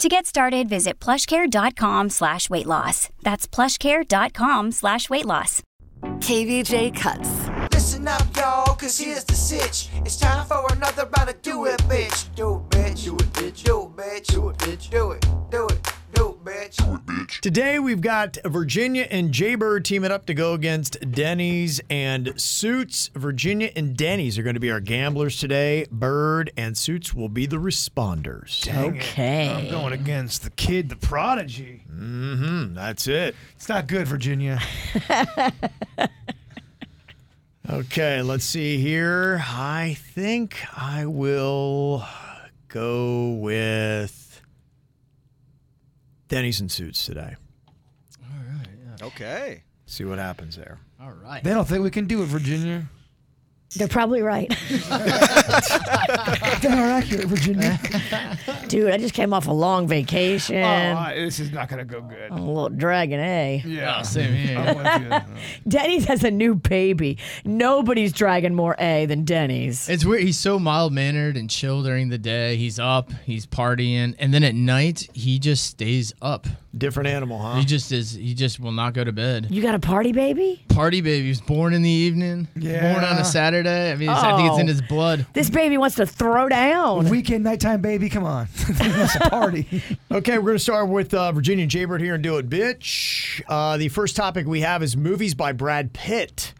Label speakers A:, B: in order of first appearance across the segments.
A: To get started, visit plushcare.com slash weight loss. That's plushcare.com slash weight loss.
B: KVJ cuts.
C: Listen up, y'all, cause here's the sitch. It's time for another round of do it, bitch. Do it, bitch. Do it, bitch. Do it, bitch. Do it, bitch. Do it, do it, do it, bitch. Do it, bitch.
D: Today we've got Virginia and Jaybird teaming up to go against Denny's and Suits. Virginia and Denny's are going to be our gamblers today. Bird and Suits will be the responders.
E: Okay. I'm going against the kid, the prodigy.
D: Mm-hmm. That's it.
E: It's not good, Virginia.
D: Okay, let's see here. I think I will go with Denny's and Suits today.
F: Okay.
D: See what happens there.
G: All right.
E: They don't think we can do it, Virginia.
H: They're probably right.
E: They're not accurate, Virginia.
H: Dude, I just came off a long vacation.
E: oh, I- this is not going to go good.
H: I'm a little dragging, eh?
E: Yeah.
G: same here.
E: I'm with you.
H: Denny's has a new baby. Nobody's dragging more A than Denny's.
G: It's weird. He's so mild mannered and chill during the day. He's up, he's partying, and then at night he just stays up.
D: Different animal, huh?
G: He just is. He just will not go to bed.
H: You got a party baby?
G: Party baby. He was born in the evening. Born on
E: Yeah.
G: a Saturday. I mean, it's- I think it's in
H: Oh.
G: his blood.
H: This baby wants to throw down.
E: Weekend nighttime baby, come on. Let's party.
D: Okay, we're going to start with uh, Virginia and Jaybird here and do it, bitch. Uh, the first topic we have is movies by Brad Pitt.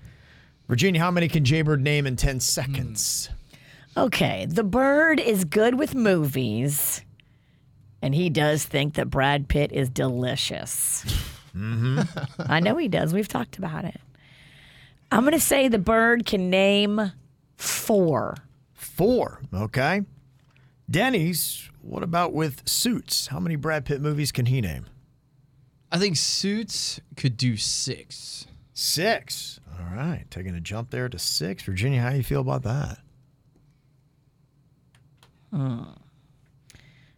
D: Virginia, how many can Jaybird name in 10 seconds?
H: okay, the bird is good with movies, and he does think that Brad Pitt is delicious.
E: Mm-hmm.
H: I know he does. We've talked about it. I'm going to say the bird can name four.
D: Four. Okay. Denny's, what about with Suits? How many Brad Pitt movies can he name?
G: I think Suits could do six.
D: Six. All right, taking a jump there to six. Virginia, how you feel about that?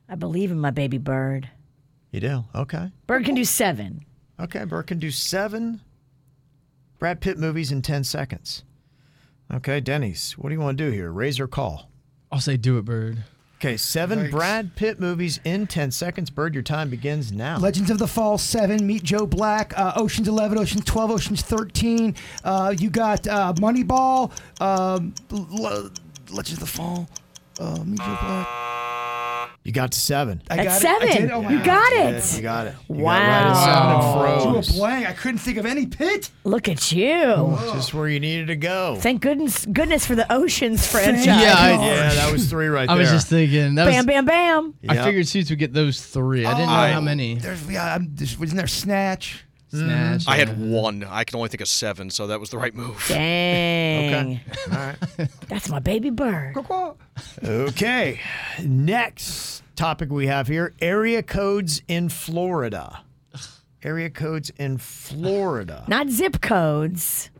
H: I believe in my baby bird.
D: You do. Okay.
H: Bird can do seven.
D: Okay, Burke can do seven Brad Pitt movies in 10 seconds. Okay, Denny's, what do you want to do here? Raise or call?
G: I'll say do it, bird.
D: Okay, seven Brad Pitt movies in 10 seconds. Bird, your time begins now.
E: Legends of the Fall 7, Meet Joe Black, uh, Ocean's 11, Ocean's 12, Ocean's 13. Uh, you got uh, Moneyball, um, L- L- Legends of the Fall, uh, Meet Joe Black.
D: you got to seven.
E: I
H: At
E: got
H: seven.
E: It. I did? Oh my
H: you
E: God.
H: got
D: You
H: it.
D: got it. You
H: Wow.
D: Got right at seven
E: Drew
D: and
E: a
D: froze.
E: blank. I couldn't think of any pit.
H: Look at you.
D: Just where you needed to go.
H: Thank goodness, goodness for the Oceans franchise.
G: Yeah, I,
D: yeah, that was three right
G: I
D: there.
G: was just thinking. That
H: Bam,
G: was,
H: bam, bam.
D: Yep.
G: I figured Suits would get those three. I didn't know
E: Oh.
G: how many.
E: There's, yeah, I'm just, wasn't there Snatch?
G: Snatch.
F: I had one. I can only think of seven, so that was the right move.
H: Dang.
D: Okay. All right.
H: That's my baby bird.
D: Okay. Next topic we have here area codes in Florida. Area codes in Florida.
H: Not zip codes,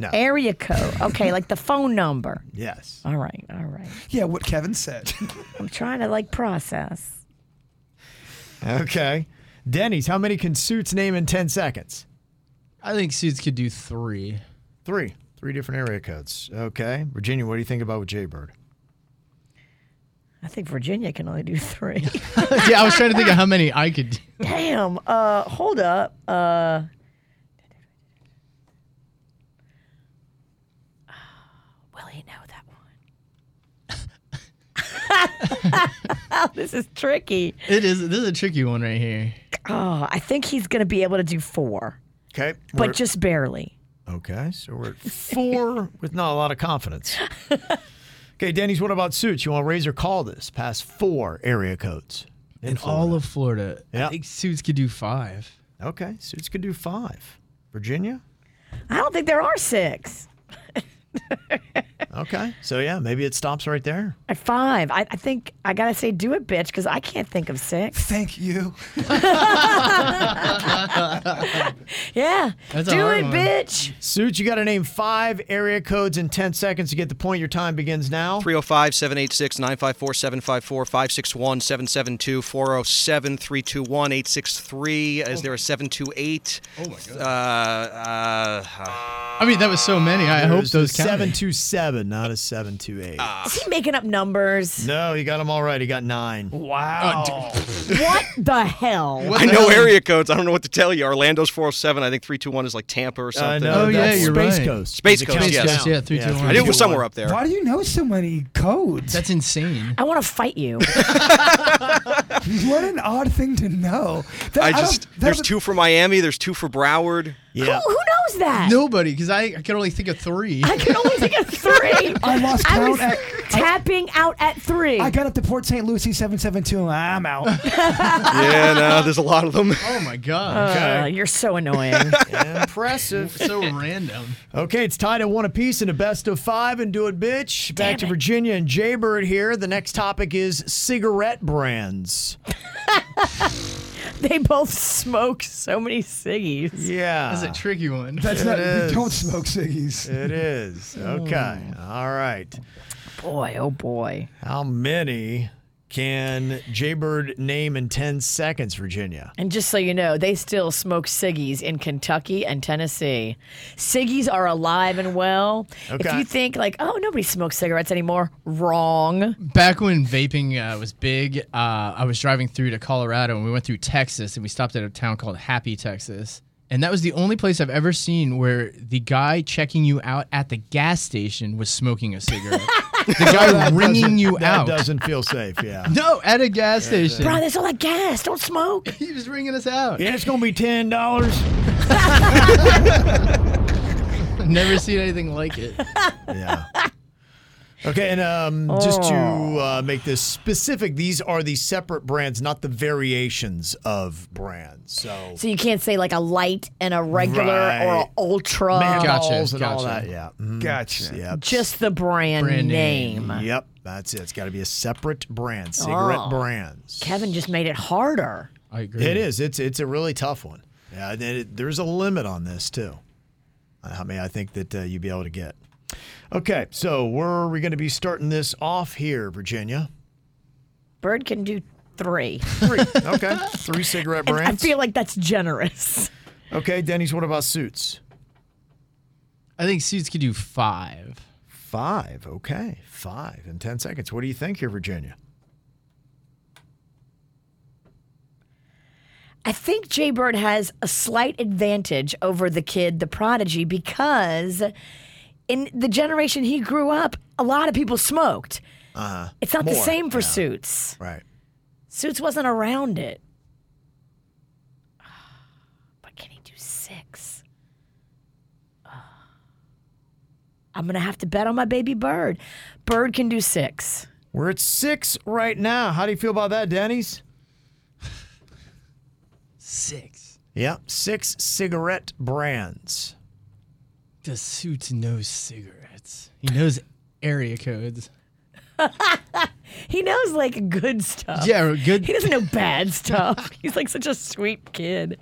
D: No.
H: area code. Okay, like the phone number.
D: Yes.
H: All right, all right.
E: Yeah, what Kevin said.
H: I'm trying to like process.
D: Okay. Denny's, how many can Suits name in 10 seconds?
G: I think Suits could do three.
D: Three. Three different area codes. Okay. Virginia, what do you think about with Jaybird?
H: I think Virginia can only do three.
G: yeah, I was trying to think of how many I could do.
H: Damn. Uh, hold up. Uh, will he know that one? this is tricky.
G: It is. This is a tricky one right here.
H: Oh, I think he's going to be able to do four,
D: Okay.
H: but just barely.
D: okay. So we're at four with not a lot of confidence. Okay, Denny's, what about suits? You want to raise or call this? Pass four area codes.
G: in all of Florida.
D: Yeah.
G: I think Suits could do five.
D: Okay, suits could do five. Virginia?
H: I don't think there are six.
D: Okay. So, yeah, maybe it stops right there.
H: At five, I, I think I gotta say, do it, bitch, because I can't think of six.
E: Thank you.
H: Yeah,
G: That's a
H: do
G: hard
H: it,
G: one.
H: bitch.
D: Suits, you got to name five area codes in 10 seconds to get the point. Your time begins now.
F: 305 786 954 754 561 772 407 321 863. Is there a 728? Oh, my God. Uh, uh,
G: I mean, that was so many. I hope
D: There's a
G: those counted.
D: 727, not a 728.
G: Ah.
H: Is he making up numbers?
D: no, you got them all right. He got nine.
E: Wow.
H: what the hell?
F: I know area codes. I don't know what to tell you. Orlando's 407. I think 321 is like Tampa or something.
G: Oh, yeah,
D: that's
G: you're
D: Space
G: right.
D: Coast.
F: Space
D: It
F: Coast,
D: counts down.
F: yes. Space Coast,
G: yeah, three, two, one.
F: I knew it was somewhere up there.
E: Why do you know so many codes?
G: That's insane.
H: I want to fight you.
E: what an odd thing to know. That-
F: I
E: don't-
F: just,
E: that
F: there's
E: was-
F: two for Miami, there's two for Broward.
D: Yeah.
H: Who knows that?
G: Nobody, because I, I could only think of three.
H: I could only think of three.
E: I lost
H: I was
E: count at-
H: tapping out at three.
E: I got up to Port St. Lucie 772 and I'm out.
F: yeah, no, there's a lot of them.
G: oh my god,
H: Uh, you're so annoying.
D: Impressive.
G: so random.
D: Okay, it's tied at one apiece in a best of five and do it, bitch. Back to Virginia and Jaybird here. The next topic is cigarette brands.
H: they both smoke so many ciggies.
D: Yeah.
G: That's a tricky one.
E: That's not,
D: is.
E: we don't smoke ciggies.
D: it is. Okay. Hmm. All right.
H: Boy, oh boy.
D: How many can Jaybird name in 10 seconds, Virginia?
H: And just so you know, they still smoke ciggies in Kentucky and Tennessee. Ciggies are alive and well. If
D: Okay.
H: you think like, oh, nobody smokes cigarettes anymore, wrong.
G: Back when vaping uh, was big, uh, I was driving through to Colorado and we went through Texas and we stopped at a town called Happy, Texas. And that was the only place I've ever seen where the guy checking you out at the gas station was smoking a cigarette. the guy ringing you
D: That
G: out.
D: doesn't feel safe, yeah.
G: No, at a gas station.
H: Bro, there's all that gas. Don't smoke.
G: He was ringing us out.
D: Yeah, it's going to be $10.
G: Never seen anything like it.
D: Yeah. Okay, and um, just to uh, make this specific, these are the separate brands, not the variations of brands. So,
H: So you can't say like a light and a regular or
D: Right.
H: a ultra.
D: man
G: Gotcha,
D: balls and all
G: gotcha.
D: that. Yeah. Mhm.
E: Gotcha.
D: Yep.
H: Just the brand,
G: Brand name.
H: name.
D: Yep. That's it. It's got to be a separate brand, cigarette
H: Oh.
D: brands.
H: Kevin just made it harder.
G: I agree.
D: It is. It's it's a really tough one. Yeah, and it, there's a limit on this too. Uh, How many I think that uh, you'd be able to get. Okay, so where are we going to be starting this off here, Virginia?
H: Bird can do three.
D: Three. Okay, three cigarette
H: And I
D: brands.
H: feel like that's generous.
D: okay, Denny's. What about suits?
G: I think Suits could do five.
D: Five. Okay, five in ten seconds. What do you think here, Virginia?
H: I think Jay Bird has a slight advantage over the kid, the prodigy, because in the generation he grew up, a lot of people smoked. Uh-huh. It's not the
D: Uh, More,
H: same for Suits.
D: Right.
H: Suits wasn't around it. But can he do six? I'm going to have to bet on my baby Bird. Bird can do six.
D: We're at six right now. How do you feel about that, Denny's?
G: Six.
D: Yeah, six cigarette brands.
G: Does Suits know cigarettes? He knows area codes.
H: He knows like good stuff.
G: Yeah,
H: He
G: good.
H: doesn't know bad stuff. He's like such a sweet kid.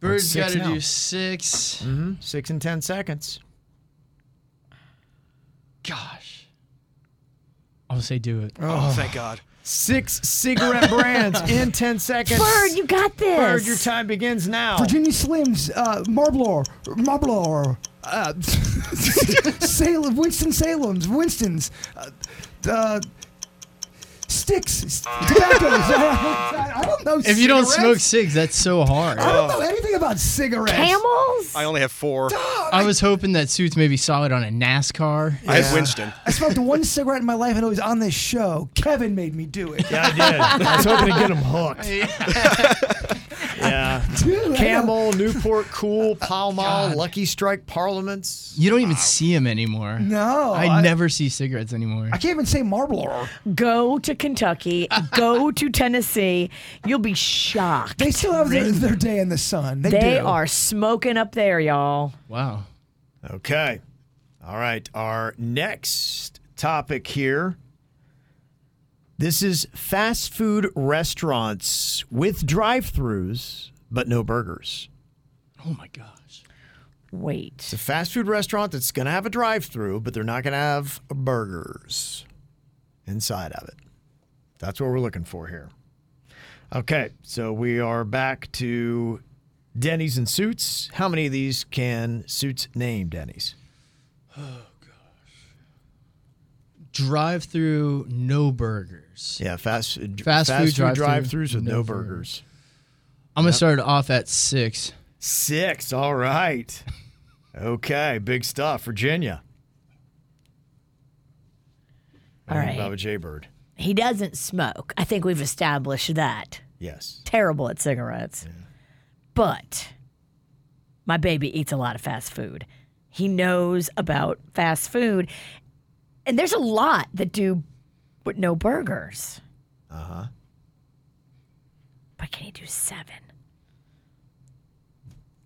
G: Bird's got
D: Six
G: to
D: now.
G: do 6
D: Mm-hmm. Six in ten seconds.
G: Gosh. I'll say do it.
F: Oh, thank God.
D: Six cigarette brands in 10 seconds.
H: Bird, you got this.
D: Bird, your time begins now.
E: Virginia Slims, uh, Marlboro, Marlboro, uh, Salem, Winston Salem's, Winston's, uh, uh, sticks, tobaccos. I, I don't know.
G: If you don't smoke
E: cigarettes. Oh,
G: cigs, that's so hard.
E: I don't know anything about cigarettes.
H: Camels?
F: I only have four.
G: I was hoping that Suits maybe saw it on a NASCAR.
F: I have Winston.
E: I smoked one cigarette in my life, and it was on this show. Kevin made me do it.
D: Yeah, I did. I was hoping to get him hooked. Yeah.
E: Dude, I
D: Camel, Newport Cool, Pall Mall, Lucky Strike, Parliaments.
G: You don't even see them anymore.
E: No,
G: I,
E: I-
G: never see cigarettes anymore.
E: I can't even say Marlboro.
H: Go to Kentucky. go to Tennessee. You'll be shocked.
E: They still have their, their day in the sun. They,
H: They
E: do.
H: are smoking up there, y'all.
G: wow.
D: Okay. All right. Our next topic here. This is fast food restaurants with drive-throughs but no burgers.
G: Oh my gosh.
H: Wait.
D: It's a fast food restaurant that's going to have a drive-through, but they're not going to have burgers inside of it. That's what we're looking for here. Okay, so we are back to Denny's and Suits. How many of these can Suits name, Denny's?
G: Drive through, no burgers.
D: Yeah, fast
G: Fast food
D: food
G: drive-thru,
D: drive-throughs with no,
G: no
D: burgers.
G: I'm gonna start off at six.
D: Six. All right. Okay, big stuff. Virginia.
H: All
D: Baba
H: right.
D: J Bird.
H: He doesn't smoke. I think we've established that.
D: Yes.
H: Terrible at cigarettes. But my baby eats a lot of fast food. He knows about fast food. And there's a lot that do with no burgers.
D: Uh huh.
H: But can he do seven?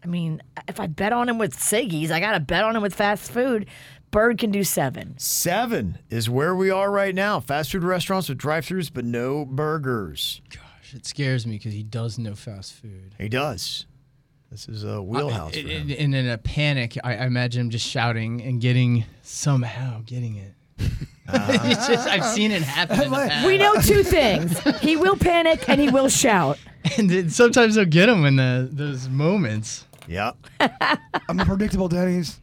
H: I mean, if I bet on him with Siggy's, I got to bet on him with fast food. Bird can do seven.
D: Seven is where we are right now. Fast food restaurants with drive-throughs, but no burgers.
G: Gosh, it scares me because he does know fast food.
D: He does. This is a wheelhouse. for
G: And,
D: him.
G: and in a panic, I, I imagine him just shouting and getting somehow getting it. it's just I've seen it happen in the past.
H: We know two things he will panic and he will shout.
G: And then sometimes they'll get him in the, those moments.
D: Yep.
E: I'm unpredictable, Denny's.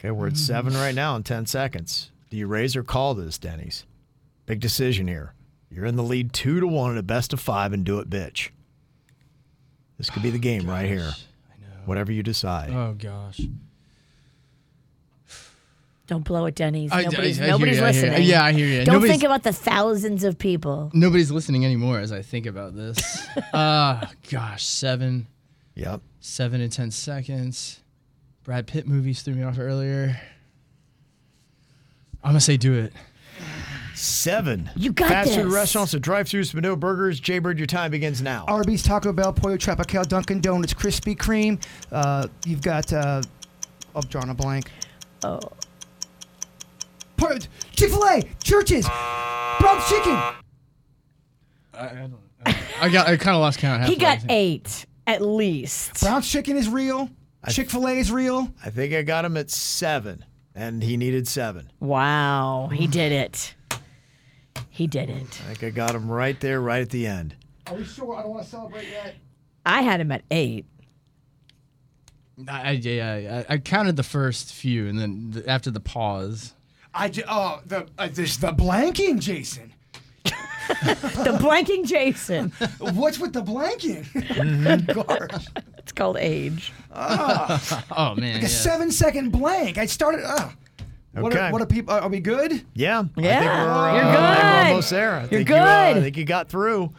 D: Okay, we're at seven right now in ten seconds. Do you raise or call this, Denny's? Big decision here. You're in the lead two to one in a best of five, and do it, bitch. This could be the game right here. Whatever you decide.
G: Oh gosh.
H: Don't blow at Denny's.
G: I- I-
H: Nobody's,
G: I hear
H: nobody's
G: you, I hear you.
H: listening.
G: Yeah, I hear you.
H: Don't
G: Nobody's-
H: think about the thousands of people.
G: Nobody's listening anymore as I think about this. Ah, gosh, seven,
D: Yep.
G: seven and ten seconds. Brad Pitt movies threw me off earlier. I'm gonna say do it.
D: Seven.
H: You got
D: Fast food
H: this.
D: restaurants with drive-throughs, but no burgers. Jaybird, your time begins now.
E: Arby's, Taco Bell, Pollo Tropical, Dunkin' Donuts, Krispy Kreme. Uh, you've got. Uh, I've drawn a blank.
H: Oh.
E: Chick Fil A, churches, Bob's Chicken.
G: I got. I kind of lost count.
H: He
G: halfway, I
H: got
G: think.
H: eight at least.
E: Brown's Chicken is real. Chick Fil A is real.
D: I think I got him at seven, and he needed seven.
H: Wow, he did it. He did it.
D: I think I got him right there, right at the end.
E: Are we sure? I don't want to celebrate yet.
H: I had him at eight.
G: I, I, yeah, I, I counted the first few, and then the, after the pause.
E: I ju- oh the uh, this the blanking, Jason.
H: The blanking Jason.
E: What's with the blanking? Gosh.
H: It's called age.
G: Oh man.
E: a
G: yeah.
E: seven second blank. I started. Uh, What
D: Okay.
E: are, what are people? Are, are we good?
D: Yeah. I think
H: Yeah.
D: we're,
H: You're
D: uh, I think we're
H: good.
D: almost there. I
H: You're
D: think You, uh, I
H: good.
D: think you got through.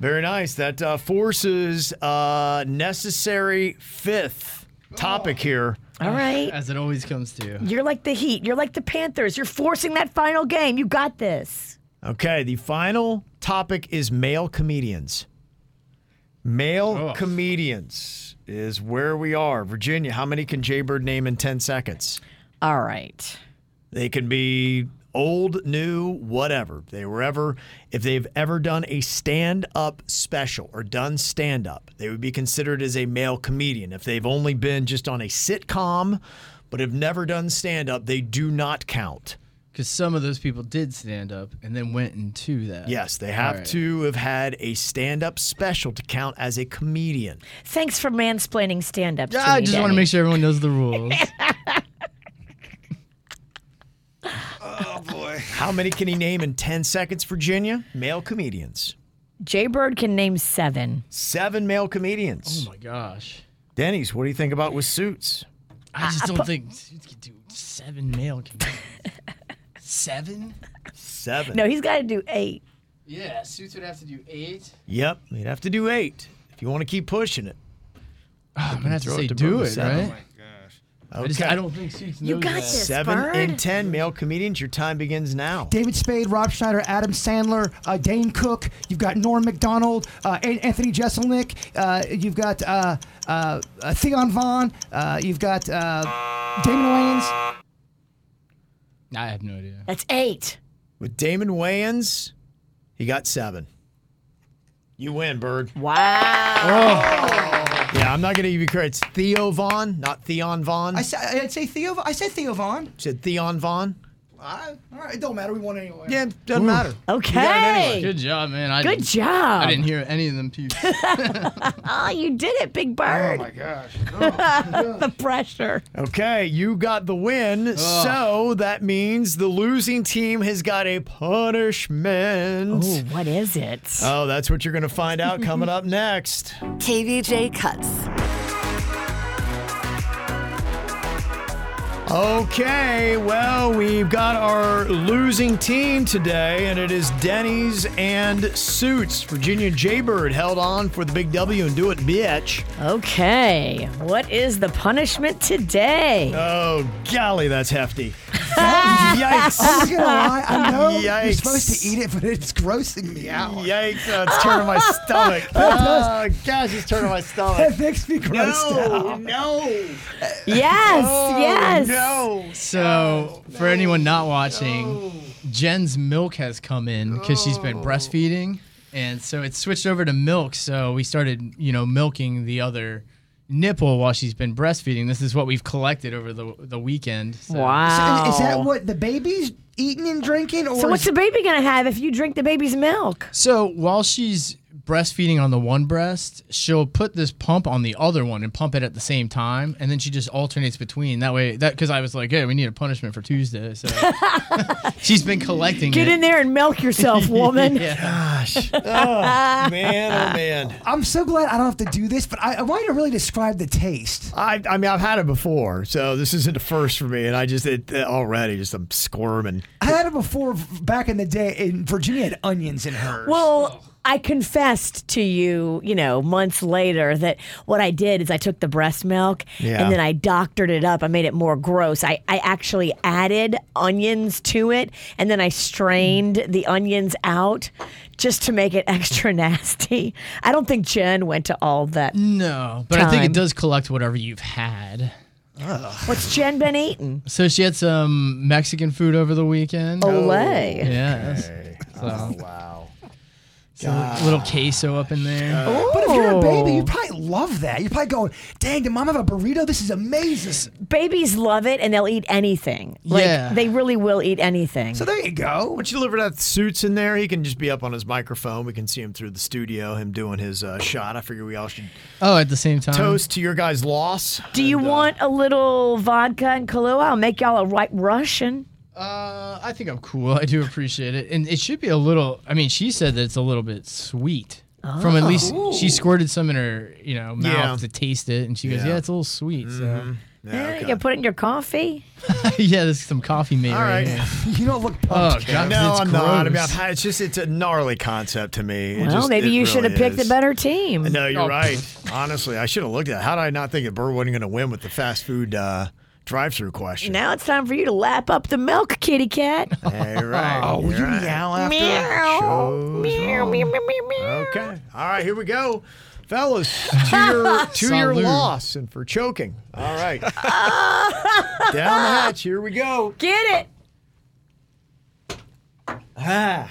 D: Very nice. That uh, forces uh, necessary fifth topic here.
H: All right.
G: As it always comes to.
H: You're like the Heat. You're like the Panthers. You're forcing that final game. You got this.
D: Okay. The final topic is male comedians. Male
G: Oh.
D: comedians is where we are. Virginia, how many can Jaybird name in 10 seconds?
H: All right.
D: They can be old, new, whatever. They were ever, if they've ever done a stand up special or done stand up, they would be considered as a male comedian. If they've only been just on a sitcom but have never done stand up, they do not count.
G: Because some of those people did stand up and then went into that.
D: Yes, they have
G: All right.
D: to have had a stand up special to count as a comedian.
H: Thanks for mansplaining stand ups.
G: I just want to make sure everyone knows the rules.
D: How many can he name in 10 seconds, Virginia? Male comedians.
H: Jay Bird can name seven.
D: Seven male comedians.
G: oh my gosh.
D: Denny's, what do you think about with suits?
H: Ah,
G: I just don't think dudes can do seven male comedians. seven?
D: Seven.
H: No, he's got to do eight.
G: Yeah, suits would have to do eight.
D: Yep, you'd have to do eight. If you want to keep pushing it,
G: I'm gonna have to
D: throw it
G: say
D: to
G: do
D: Brother
G: it,
D: Seven.
G: right?
D: okay.
G: I just I don't think Suits
H: You
G: knows
H: got
G: that.
H: this,
D: Seven
H: Bird.
D: in ten male comedians. Your time begins now.
E: David Spade, Rob Schneider, Adam Sandler, uh, Dane Cook. You've got Norm McDonald, uh, An- Anthony Jeselnik. Uh, you've got uh, uh, uh, Theon Vaughn. Uh, you've got uh, Damon Wayans.
G: I have no idea.
H: That's eight.
D: With Damon Wayans, he got seven. You win, Bird.
H: Wow.
D: Yeah, I'm not going to give you credit. It's Theo Vaughn, not Theon Vaughn.
E: I
D: I
E: sa- I'd say Theo. I said Theo Vaughn.
D: said Theon Vaughn.
E: I, all right, it don't matter. We won anyway.
D: Yeah, doesn't matter.
H: Okay.
G: Good job, man. I
H: Good
G: didn't-
H: job.
G: I didn't hear any of them peeps.
H: Oh, you did it, Big Bird. Oh my gosh. the pressure.
D: Okay, you got the win, so that means the losing team has got a punishment.
H: Ooh, what is it?
D: Oh, that's what you're going to find out coming up next.
B: KVJ Cuts.
D: Okay, well, we've got our losing team today, and it is Denny's and Suits. Virginia Jaybird held on for the big W and do it, bitch.
H: Okay. What is the punishment today?
D: Oh, golly, that's hefty. Yikes.
E: I'm not gonna lie. I know you're
D: Yikes.
E: supposed to eat it, but it's grossing me out.
D: Yikes, oh, it's turning my stomach. Oh, gosh, it's turning my stomach.
E: That makes me grossed out.
D: no.
H: Yes, yes.
D: No.
G: So, for anyone not watching, Jen's milk has come in because she's been breastfeeding, and so it's switched over to milk. So we started, you know, milking the other nipple while she's been breastfeeding. This is what we've collected over the the weekend. So.
H: Wow.
E: Is that what the baby's eating and drinking, or
H: So what's
E: is-
H: the baby gonna have if you drink the baby's milk?
G: So while she's breastfeeding on the one breast, she'll put this pump on the other one and pump it at the same time, and then she just alternates between. That way, that because I was like, hey, we need a punishment for Tuesday. So she's been collecting.
H: Get
G: it.
H: in there and milk yourself, woman.
D: Man, oh, man.
E: I'm so glad I don't have to do this, but I, I want you to really describe the taste.
D: I, I mean, I've had it before, so this isn't the first for me, and I just, it, already, just I'm squirming.
E: I had it before v- back in the day, and Virginia had onions in hers.
H: Well, I confessed to you, you know, months later that what I did is I took the breast milk
D: Yeah.
H: and then I doctored it up. I made it more gross. I, I actually added onions to it and then I strained the onions out just to make it extra nasty. I don't think Jen went to all that.
G: Mm. No, but I think
H: time.
G: it does collect whatever you've had.
H: What's Jen been eating?
G: So she had some Mexican food over the weekend.
H: Oh,
D: Oh,
H: Olay.
G: yes. So. Oh, wow. little queso up in there.
E: but if you're a baby,
H: Ooh.
E: you probably love that. You're probably going, dang, did mom have a burrito? This is amazing.
H: Babies love it and they'll eat anything. Like,
G: Yeah.
H: They really will eat anything.
E: So there you go.
D: Once you deliver that suits in there, he can just be up on his microphone. We can see him through the studio, him doing his uh, shot. I figure we all should
G: oh, at the same time.
D: toast to your guys' loss.
H: Do you
D: And, uh,
H: want a little vodka and Kahlua? I'll make y'all a white Russian.
G: Uh, I think I'm cool. I do appreciate it, and it should be a little. I mean, she said that it's a little bit sweet. From at least she squirted some in her, you know, mouth
D: Yeah.
G: to taste it, and she goes,
D: Yeah. Mm-hmm.
G: "Yeah, it's a little sweet."
H: Yeah,
D: okay.
H: You can put it in your coffee.
G: So, yeah, there's some coffee made
D: All
G: right.
D: right.
G: here.
E: You don't look
G: Oh
E: pumped.
G: god,
D: No,
G: it's
D: I'm not. I mean,
G: gross.
D: I've had- it's just it's a gnarly concept to me. It
H: Well,
D: just-
H: maybe
D: it
H: you should have
D: really
H: picked
D: is.
H: the better team.
D: No, you're
G: Oh,
D: right. Honestly, I should have looked at. it. How did I not think that Burr wasn't going to win with the fast food uh, drive-through question?
H: Now it's time for you to lap up the milk, kitty cat.
D: Hey, right. Oh,
E: you meow after
H: meow.
D: Shows
H: Meow, meow, meow, meow, meow.
D: Okay. All right, here we go. Fellas, to your, to your
G: Salute.
D: loss and for choking. All right. Down the hatch. Here we go.
H: Get it.
D: Ah.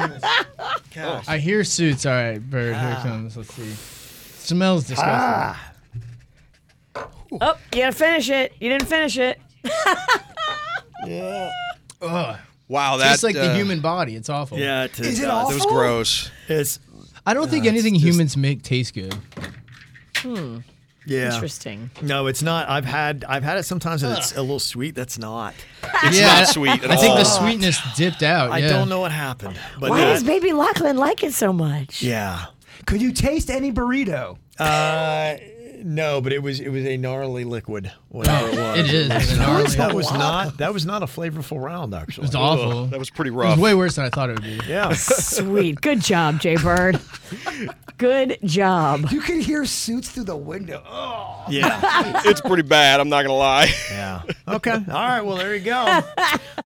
G: I hear suits. All right, bird. Here
D: Ah.
G: it comes. Let's see. Smells disgusting.
H: Oh, you gotta finish it. You didn't finish it.
F: Wow, uh, that's
G: That's like the human body. It's awful.
D: Yeah, Uh,
E: Is it
F: That
E: awful?
F: was gross.
D: It's,
G: I don't
F: Uh,
G: think anything humans make tastes good.
D: yeah.
H: Interesting.
D: No, it's not. I've had I've had it sometimes and it's a little sweet. That's not.
F: It's
G: Yeah, I-
F: not sweet at
G: I
F: all.
G: think the sweetness dipped out.
D: I
G: yeah.
D: don't know what happened. But
H: Why
D: that-
H: does baby Lachlan like it so much?
D: Yeah.
E: Could you taste any burrito?
D: Uh, No, but it was it was a gnarly liquid. Whatever it was.
G: It is. It's
D: That
G: gnarly.
D: was- that was not that was not a flavorful round actually.
G: It's awful.
F: That was pretty
G: It was
F: rough.
G: way worse than I thought it would be.
D: Yeah.
H: Sweet. Good job, Jay Bird. Good job.
E: You can hear suits through the window. Oh,
D: Yeah.
F: it's pretty bad. I'm not gonna lie.
D: Yeah. Okay. All right. Well, there you go.